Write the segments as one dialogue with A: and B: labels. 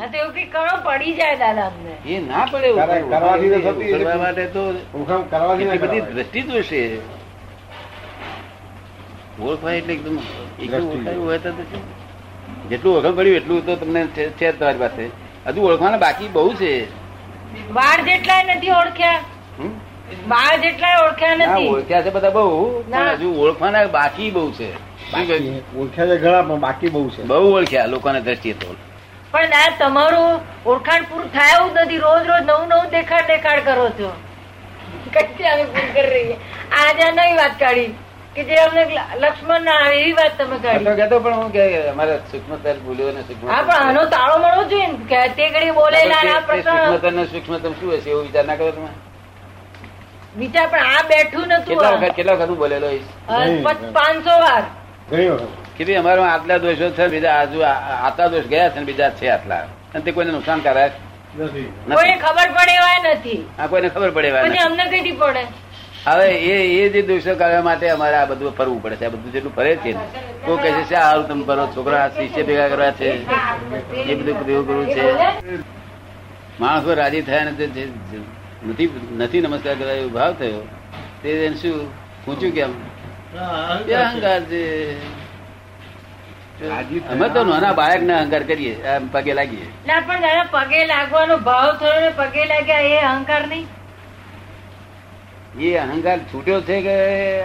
A: હા તો એવું કઈ કણો પડી જાય દાદા અમને
B: એ ના પડે એવું
C: કરા-
B: કરવું.
C: કરવાથી તો થતી
B: કરવા
C: એટલે-
B: માટે તો
C: ઉખામ કરવાથી ના
B: એટલી બધી
C: કરાવાય.
B: દ્રષ્ટિ જોશે ઓળખાય એટલે એકદમ
C: દ્રષ્ટિ
B: એકદમ ઓળખાયું હોય તો શું? જેટલું ઓળખ પડ્યું એટલું તો તમને છે છે જ તમારી પાસે હજુ ઓળખવાના બાકી બહુ છે
A: બાળ જેટલાય નથી ઓળખ્યા
B: હમ?
A: બાળ જેટલાય ઓળખ્યા
B: ના
A: નથી
B: ઓળખ્યા છે બધા બહુ
A: ના.
B: પણ હજુ ઓળખવાના બાકી બહુ છે શું કહ્યું?
C: બાકી ઓળખ્યા છે ઘણા પણ બાકી બહુ છે
B: બહુ ઓળખ્યા લોકોના દ્રષ્ટિએ તો
A: પણ દાદા તમારું ઓળખાણ પૂરું થાય એવું નથી રોજ રોજ નવું નવું દેખાડ દેખાડ કરો છો કઈ અમે ભૂલ કરી રહી છે? આજે આ નવી વાત કાઢી કે જે અમને લક્ષ્મણ ના આવે એવી વાત તમે કાઢી
B: એટલો કહેતો પણ હું કે અમારા સૂક્ષ્મતર ભૂલ્યો ને સૂક્ષ્મતર
A: હા પણ આનો તાળો મળવો જોઈએ ને કે તે ઘડી બોલેલા આ
B: તે- તે
A: પ્રકરણ
B: સૂક્ષ્મતર ને સૂક્ષ્મતમ શું હશે એવો વિચાર ના કરો તમે
A: વિચાર પણ આ બેઠું નતું
B: કેટલા વખત કેટલા વખત હું બોલેલો હોઈશ
C: નહીં.
A: પાંચસો વાર
C: ઘણી વખત
B: કે ભાઈ અમારો આટલા દોષો છે બીજા આજુ આ- આ- આટલા દોષ ગયા છે ને બીજા છે આટલા અને તે કોઈને નુકસાન કરાય
C: નથી
A: કોઈને
B: નથી
A: ખબર પડે એવા નથી
B: આ કોઈને ખબર પડે એવા
A: પછી
B: નથી.
A: અમને કઈ પડે
B: હવે એ એ જે દોષો કરવા માટે અમારે આ બધું ફરવું પડે છે આ બધું જેટલું ફરે છે ને, કોઈ કહે છે "શા હારું તમે ફરો છોકરા આ શિષ્ય ભેગા કરવા છે એ બધું ભેગું કરવું છે માણસો રાજી થયા ને તે જે નથી નથી નમસ્કાર કરવા એવો ભાવ થયો તે એને શું પૂછ્યું કેમ તે અહંકાર છે
C: રાજી થયા.
B: અમે તો નાના બાળક ને અહંકાર કરીએ આમ પગે લાગીએ
A: ના પણ દાદા પગે લાગવાનો ભાવ થયો ને પગે લાગ્યા એ અહંકાર નહીં
B: એ અહંકાર છૂટ્યો છે કે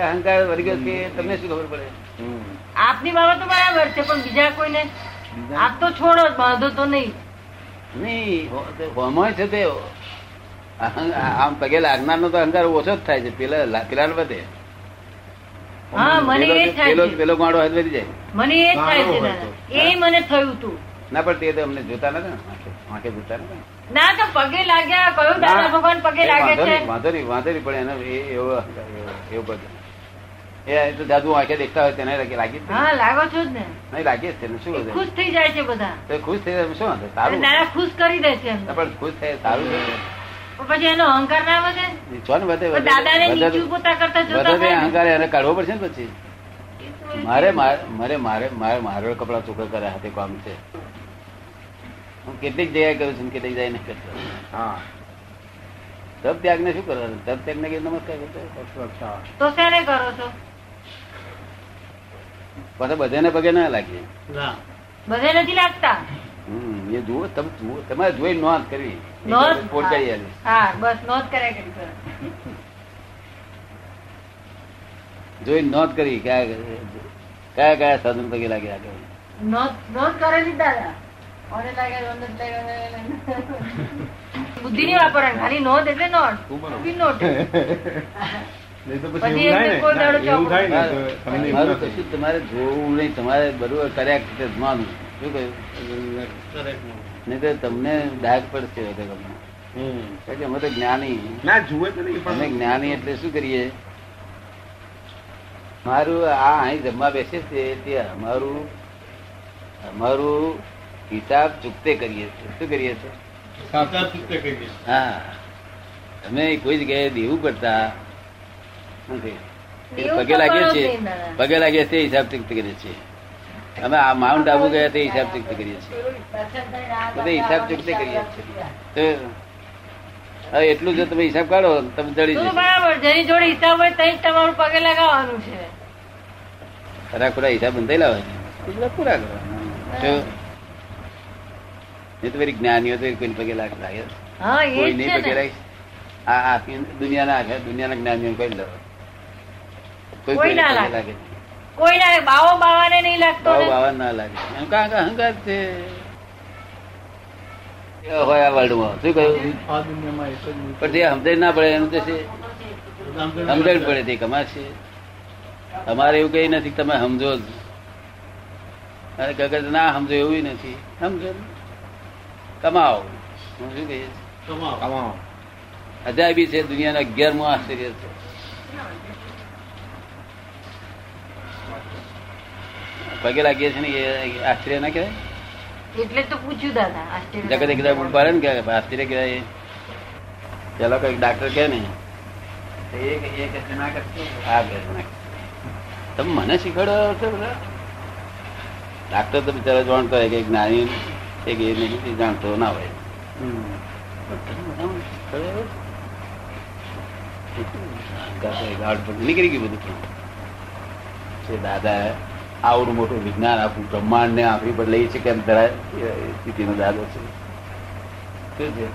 B: અહંકાર વર્ગ્યો છે તમને શું ખબર પડે
C: હમ.
A: આપની બાબત તો બરાબર છે પણ બીજા કોઈને
C: બીજા-
A: આપ તો છોડો જ, બાંધો તો નહીં
B: નહીં હો- તે હોમય છે તે અહં- આમ પગે લાગનારનો તો અહંકાર ઓછો જ થાય છે પેલા લા- પેલાનો વધે
A: હા મને
B: પેલો-
A: એ જ થાય
B: પેલો
A: છે
B: પેલો ગાંડો હાથ વધી જાય
A: મને એ જ થાય છે
C: સારો
A: દાદા
C: હતો.
A: એ મને થયું તું
B: ના પણ તે તો અમને જોતા નથી ને આંખે. આંખે જોતા નથી ને.
A: ના તો પગે લાગ્યા કયું દાદા
B: ના.
A: ભગવાન પગે
B: એ
A: લાગે
B: વાંધો
A: છે
B: નહીં, વાંધો નહીં વાંધો નહીં પણ એનો એ- એવો અહંકાર, એવો- એવો બધો એ તો જાદુ આંખે દેખતા હોય તેને લાગી લાગી જ છે ને?
A: હા લાગો છો જ ને
B: નહીં લાગી જ છે ને શું
A: એ
B: વધે
A: ખુશ થઈ જાય છે બધા
B: તો ખુશ થઈ જાય, શું વાંધો
A: અને
B: સારું
A: દાદા ખુશ કરી દે છે એમને.
B: ના, પણ ખુશ થાય સારું છે
A: પણ પછી એનો અહંકાર ના વધે
B: છો ને વધે
A: પણ
B: વધે.
A: દાદાને
B: વધે
A: નીચું પોતા કરતા જોતા
B: વધે તે
A: હોય ને.
B: અહંકાર એને કાઢવો પડશે ને પછી
A: એ તો એ
B: મારે
A: છે.
B: માર- મારે મારે મારે મારો કપડા ચોખ્ખા કર્યા હાથે કામ છે હું કેટલીક જગ્યાએ કરું છું ને કેટલીક જગ્યાએ નથી કરતો
C: હા
B: તપ ત્યાગને શું કરવાનું તપ ત્યાગને કે નમસ્કાર કરતો
C: અચ્છા.
A: તો શેને કરો છો
B: પાછા બધાને પગે ના લાગે
A: બધે નથી લાગતા
B: હમ, એ જુઓ તમે જુઓ તમારે જોઈ નોંધ કરવી
A: નોંધ?
B: પોટ કરી આલી
A: હા બસ નોંધ કર્યા કરી કરો.
B: જોઈ નોંધ કરી કયા કયા કયા સાધન પગે લાગે આગળ
A: નોંધ નોંધ કરેલી દાદા ઓને લાગે, ઓને લાગે, ઓને લાગે. બુદ્ધિની વાપરણ ખાલી નોંધ એટલે નોંધ બી નોટ
C: નહીં તો
A: પછી
C: પછી
A: એમને કોઈ
C: એવું થાય
A: દાડો
C: ને એવું થાય ને
B: મારું
C: તો
B: મારું કશું
C: તમને એવું ના
B: તમારે જોવું નહીં તમારે બરોબર કર્યા રીતે જ માનવું શું કહ્યું નહીં તો તમને ડાઘ પડશે વધારે તમને.
C: થાય. હમ.
B: કારણ કે અમે તો જ્ઞાની
C: ના જુએ તો નહીં
B: અમે
C: પણ
B: જ્ઞાની એટલે શું કરીએ મારું આ અહીં જમવા બેસે છે તે અમારું અમારું હિસાબ ચૂકતે કરીએ છીએ શું કરીએ છીએ હા અમે કોઈ જગ્યાએ દેવું કરતા નથી એ
A: એવું
B: પગે
A: તો
B: લાગીએ
A: કરો જ
B: છીએ
A: નહીં દાદા.
B: પગે લાગીએ તે હિસાબ ચૂકતે કરીએ છીએ અમે આ માઉન્ટ આબુ ગયા તે હિસાબ ચૂકતે કરીએ છીએ બધે હિસાબ ચૂકતે કરીએ છીએ તો હવે એટલું જો તમે હિસાબ કાઢો તો તમે જડી
A: તો
B: જશો
A: બરાબર જેની જોડે હિસાબ હોય તઈ જ તમારું પગે લગાવવાનું છે
B: ખરા ખોરા હિસાબ બંધાઈ લાવે છે એ બધા પૂરા કરવાના જો એ તો ફરી જ્ઞાનીઓ તો કોઈ પગે લાગ લાગે
A: હા એ
B: કોઈ
A: જ
B: નહીં
A: છે
B: પગે
A: ને
B: લાગે આ આખી દુનિયાના આખા દુનિયાના જ્ઞાનીઓ કોઈ લાવે
A: કોઈ
B: કોઈ કોઈને
A: ના
B: પગે
A: લાગે.
B: લાગે
A: કોઈ ના બાવો બાવાને નહીં લાગતો
B: ભાવ
A: ને
B: ભાવા ના લાગે એમ કાં કાં અહંકાર છે એ હોય આ વર્લ્ડ માં શું કહ્યું પણ જે સમજણ ના પડે એનું તો છે સમજણ પડે તે કમાશે અમારે એવું કઈ નથી કે તમે સમજો જ અને ગગત ના સમજો એવું નથી સમજો ને. કમાઓ હું શું કહીએ
C: કમાઓ.
B: અજાયબી છે દુનિયાનો અગિયારમું આશ્ચર્ય છે પગે લાગીએ છે ને એ આશ્ચર્ય ના કહેવાય
A: એટલે જ તો પૂછ્યું દાદા આશ્ચર્ય
B: જગત એકદમ ઉપાડે ને કે આશ્ચર્ય કહેવાય પેલો કઈક ડાક્ટર કે ને તો એ કે- એ કે છે ના કરશે. હા કે છે ના કરશે. તમે મને શીખવાડો છો બધા ડાક્ટર તો બિચારા જાણતો હોય કે જ્ઞાની છે કે એ નહીં એ જાણતો ના હોય ગાઢ પર નીકળી ગયું બધું પણ. છે દાદા આવડું મોટું વિજ્ઞાન આખું બ્રહ્માંડ ને આપણી પર લઈ છે કેમ ધરા એ સ્થિતિનો દાદો છે શું છે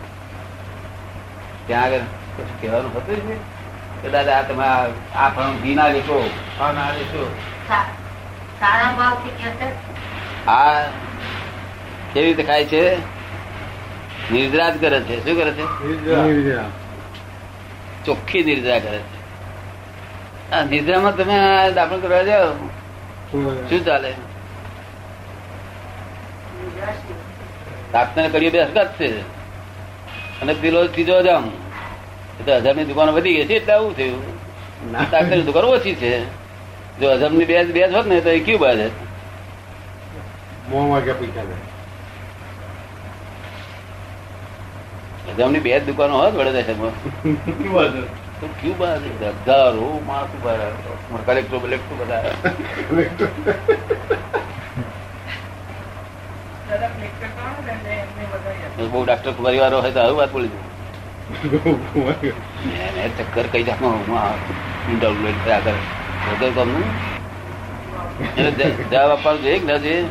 B: ત્યાં આગળ કશું કહેવાનું હતું છે કે દાદા આ તમે આ- આ ફળ ઘી ના લેશો આ ના લેશો
D: સારા ભાવથી કહે છે
B: આ કેવી રીતે ખાય છે નિર્દ્રાજ કરે છે શું કરે છે ચોખ્ખી નિદ્રા કરે છે આ નિદ્રામાં તમે આ દાખલ કરવા જાઓ શું ચાલે દાંતને કરીએ બે હરકત છે અને પેલો ત્રીજો જામ એટલે હજારની દુકાનો વધી ગઈ છે એટલે આવું થયું દાંતની દુકાન ઓછી છે જો હજારની બે બે જ હોત ને તો એ ક્યુ બાજે
C: મોંમાં ગયા પૈસા લે.
B: હજારની બે જ દુકાનો હોત વડોદરા શહેરમાં તો ક્યુ બાજે હજારો માણસ ઉભા રહ્યા કલેક્ટર બલેક્ટર બધા આવ્યા. બહુ ડાક્ટર પરિવારો હોય તો આવી વાત બોલી દઉં એને ચક્કર કઈ જાતનો હું આ ઊંડા ઉલટ થયા કરે વગર કામનું. એને જ- જવાબ આપવાનો જોઈએ કે ના જોઈએ?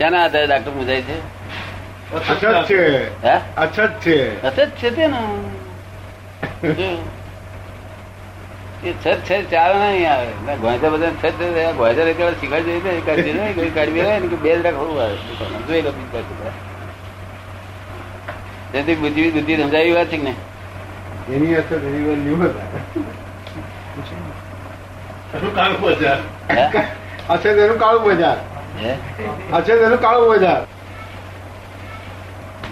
B: શેના આધારે ડાક્ટર પૂછાય છે
C: અછત છે
B: હા
C: અછત છે
B: હશે જ છે તે ને જો. એ છત છે ચાર નહીં આવે ના, ગોંચા બધા છત છે તે ગોંચા રીતે વાર શીખવાડી દઈએ તો એ કાઢી દે ને, કોઈ કાઢી દે ને, કે બે જરાક હોવું આવે દુકાનમાં. જોઈ લો બીજું કશું થાય. જેથી બુદ્ધિ બુદ્ધિ સમજાવી વાત છે કે નહીં
C: એની અછત એની વાર નહીં હતા.
B: હે?
C: અછત એનું કાળું બજાર
B: હે?
C: અછત એનું કાળું બજાર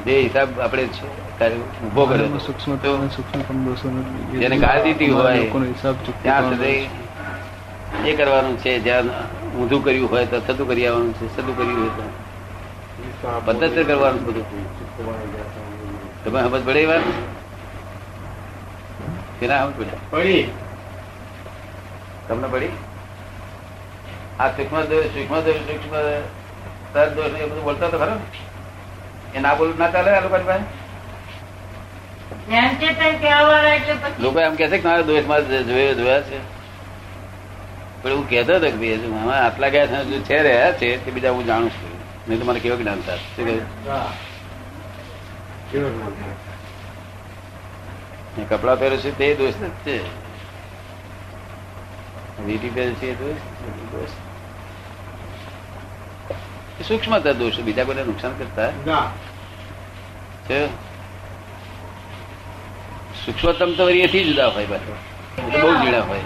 B: જે હિસાબ આપણે છે, ત્યારે ઊભો કર્યો
E: આનામાં
B: હતો.
E: સૂક્ષ્મતા અને સૂક્ષ્મતમ દોષોનો એ
B: જેને ગાળી દીધી હોય,
E: લોકોનો હિસાબ ચૂકવવાનો
B: ત્યાં
E: રહે છે.
B: સુધી એ કરવાનું છે જ્યાં ઊંધું કર્યું હોય તો થતું કરી આવવાનું છે સદું કર્યું હોય તો પદ્ધતિસર કરવાનું બધું. તમે સમજ પડે એ વાત કે ના સમજ પડે તમને પડી આ સૂક્ષ્મ દોષ સૂક્ષ્મ દોષ સૂક્ષ્મ તદ દોષ એ બધું બોલતા તો ખરો એ ના બોલું ના ચાલે આ લોકોની પાસે
A: જ્ઞાન ચેતન કહેવાવાળા એટલે પછી
B: લોકો એમ કે છે કે મારા દોષમાં જ જોયો જોયા છે પણ હું કહેતો હતો કે ભાઈ હજુ મામા આટલા ગયા છે હજુ છે રહ્યા છે તે બીજા હું જાણું છું નહીં તો મારે કેવું જ્ઞાન થાત શું કહ્યું? મેં કપડાં પહેરું છું તે દોષ જ છે વીટી પહેરું છે એ દોષ એ દોષ એ સૂક્ષ્મતા દોષ છે. બીજા કોઈને નુકસાન કરતા
C: ના
B: છે સૂક્ષ્મતમ તો વળી એથી જુદા હોય પાછા. એ તો બહુ જુદા હોય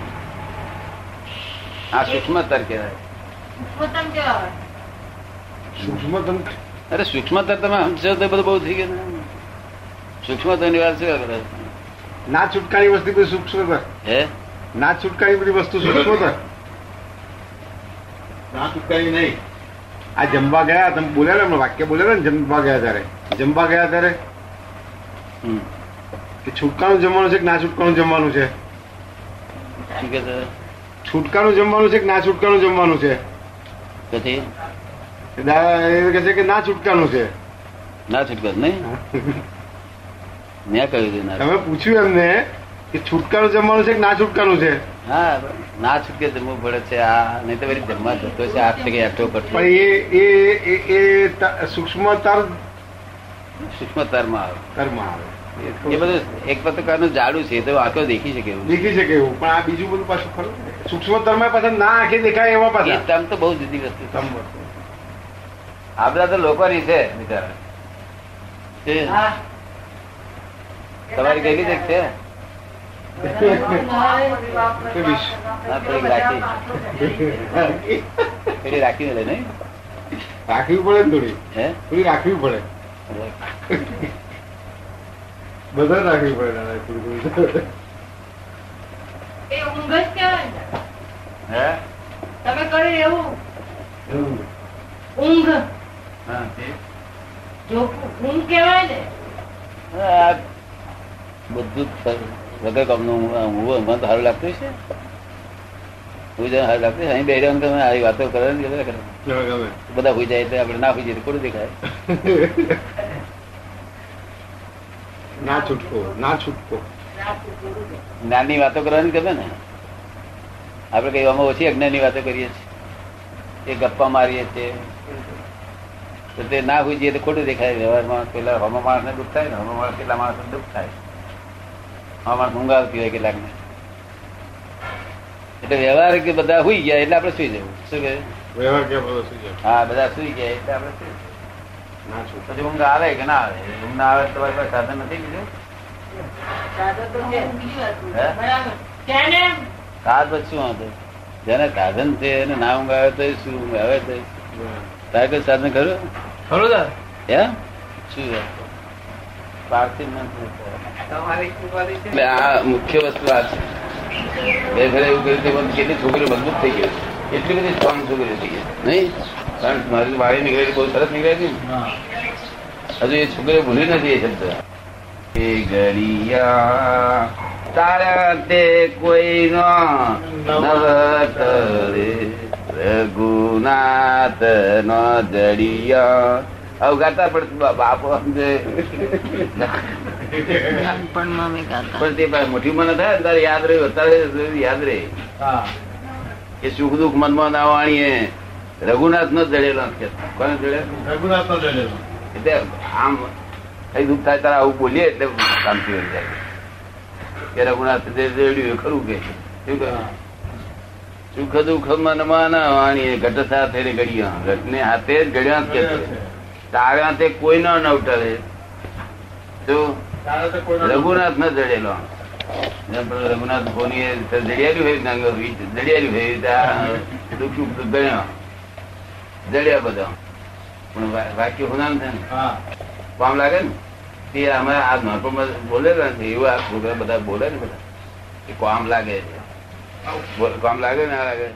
B: આ સૂક્ષ્મતર કહેવાય
D: પોતમ કેવા
C: સૂક્ષ્મતમ
B: અરે સૂક્ષ્મતર તમે સમજો તો બધું બહુ થઈ ગયું ને. સૂક્ષ્મતરની વાત શું કરે
C: ના છૂટકારી વસ્તુ કોઈ સૂક્ષ્મતર
B: હે
C: ના છૂટકારી બધી વસ્તુ સૂક્ષ્મતર
F: ના ચૂકવી નહીં
C: આ જમવા ગયા તમે બોલેલા એમનું વાક્ય બોલેલા ને જમવા ગયા ત્યારે જમવા ગયા ત્યારે
B: હમ.
C: કે છૂટકાનું જમવાનું છે કે ના છૂટકાનું જમવાનું છે
B: શું કહે છે?
C: છૂટકાનું જમવાનું છે કે ના છૂટકાનું જમવાનું છે
B: પછી
C: એ દાદા એ કહે છે કે ના છૂટકાનું છે
B: ના છૂટકો નહીં મેં કહ્યું હતું ના
C: તમે પૂછ્યું એમને કે છૂટકાનું જમવાનું છે કે ના છૂટકાનું છે
B: હા ના છૂટકે જમવું પડે છે આ નહીં તો વળી જમવા જતો છે આ છે કે આટલો
C: પણ
B: કરતો
C: એ એ એ- એ ત- સૂક્ષ્મતર
B: સૂક્ષ્મતરમાં આવે
C: તરમાં આવે એ
B: એ
C: થોડું
B: બધું એક પ્રકારનું જાડું છે એ તો આંખો દેખી શકે એવું છે.
C: દેખી શકે એવું પણ આ બીજું બધું પાછું ખરું ને. સૂક્ષ્મતરમાં પાછા ના આંખે દેખાય એવા
B: એ
C: પાછા
B: તમ તો બહુ જુદી વસ્તુ છે.
C: તમ વસ્તુ.
B: આ બધા તો લોકોની છે બિચારા એ તમારી ગયેલી છે કે છે? હા, થોડીક રાખી થોડી રાખી લે નહીં
C: રાખવી પડે ને થોડી
B: હે
C: થોડી રાખવી પડે બધા રાખવી પડે દાદા થોડી થોડી
D: એ ઊંઘ જ કહેવાય ને
B: હે
D: તમે કર્યું એવું
C: એવું.
D: ઊંઘ
B: હા તે
D: જો ઊંઘ કહેવાય ને
B: આ બધું જ વગર કામનું હું- હું- મને તો સારું લાગતું છે હુઈ જવાનું હારું લાગતું છે? અહીં બેહવાનું તમે આવી વાતો કરો ને ગમે કરો.
C: ગમે
B: બધા હુઈ જાય એટલે આપણે ના હુઈ જઈએ તો ખોટું દેખાય
C: ના છૂટકો ના છૂટકો
B: જ્ઞાનની વાતો કરવાની ગમે ને આપણે કઈ આમાં ઓછી અજ્ઞાનની વાતો કરીએ છીએ એ ગપ્પા મારીએ છીએ તો તે ના હુઈ જઈએ તો ખોટું દેખાય વ્યવહારમાં પેલા હમો માણસને દુઃખ થાય ને હમો માણસ કેટલા માણસને દુઃખ થાય હમો માણસ ઊંઘ આવતી હોય કેટલાકને એટલે વ્યવહાર કે બધા હુઈ ગયા એટલે આપણે સુઈ જવું શું કહે
C: વ્યવહાર કે બધો શું છે?
B: હા બધા સુઈ ગયા એટલે આપણે સુઈ જવું.
C: ના છૂટકો
B: પછી ઊંઘ આવે કે ના આવે ઊંઘ ના આવે તો તમારી પાસે સાધન નથી બીજું હે? કાળ પછી શું વાંધો? જેને સાધન છે એને ના ઊંઘ આવે તો શું ઊંઘ આવે તો તારે કોઈ સાધન ખરું હે શું હે? પાર્થિવ મન શું છે? એટલે આ મુખ્ય વસ્તુ આ છે બે ઘરે એવું કર્યું હતું, પણ કેટલી છોકરીઓ મજબૂત થઈ ગઈ એટલી બધી સ્ટ્રોંગ છોકરીઓ થઈ ગઈ નહીં કારણ કે મારી વાળી નીકળેલી બહુ સરસ નીકળેલી ને. હજુ એ છોકરીઓ ભૂલી નથી એ શબ્દ એ ઘડિયા તારા તે કોઈ ન નવતરે રઘુનાથ નો જડિયા અવગાતા પણ બા- બાપો સમજે. પણ તે ભાઈ મોટી મને થાય ને તારે યાદ રહ્યું અત્યારે યાદ રહે
C: হ্যাঁ।
B: કે સુખ દુઃખ મનમાં ના વાણીએ રઘુનાથ નો જડેલો છે. કોને જડેલો એટલે આમ કઈ દુઃખ થાય તારે આવું બોલીએ એટલે શાંતિ વળી જાય કે રઘુનાથ જે રેડ્યું એ ખરું કે શું કહે? સુખ દુઃખ મનમાં ના વાણીએ ઘટ સાથે રે ઘડિયા ઘટને હાથે જ ઘડિયા જ કહેવાય. તારા તે કોઈ ન નવટરે તો રઘુનાથ ન જડેલો ને પેલો રઘુનાથ કોની એ તો જડિયારી હોય ને આંગળ વીજ જડિયારી હોય તો આ દુઃખી ઉપદુઃખ ગણ્યો. જડ્યા બધા પણ વા- વાક્ય હોના થાય ને
C: হ্যাঁ।
B: કામ લાગે ને તે અમે આ નાનપણમાં બોલેલા ને એવું આ છોકરા બધા બોલે ને બધા એ કામ લાગે છે કામ લાગે ને આ લાગે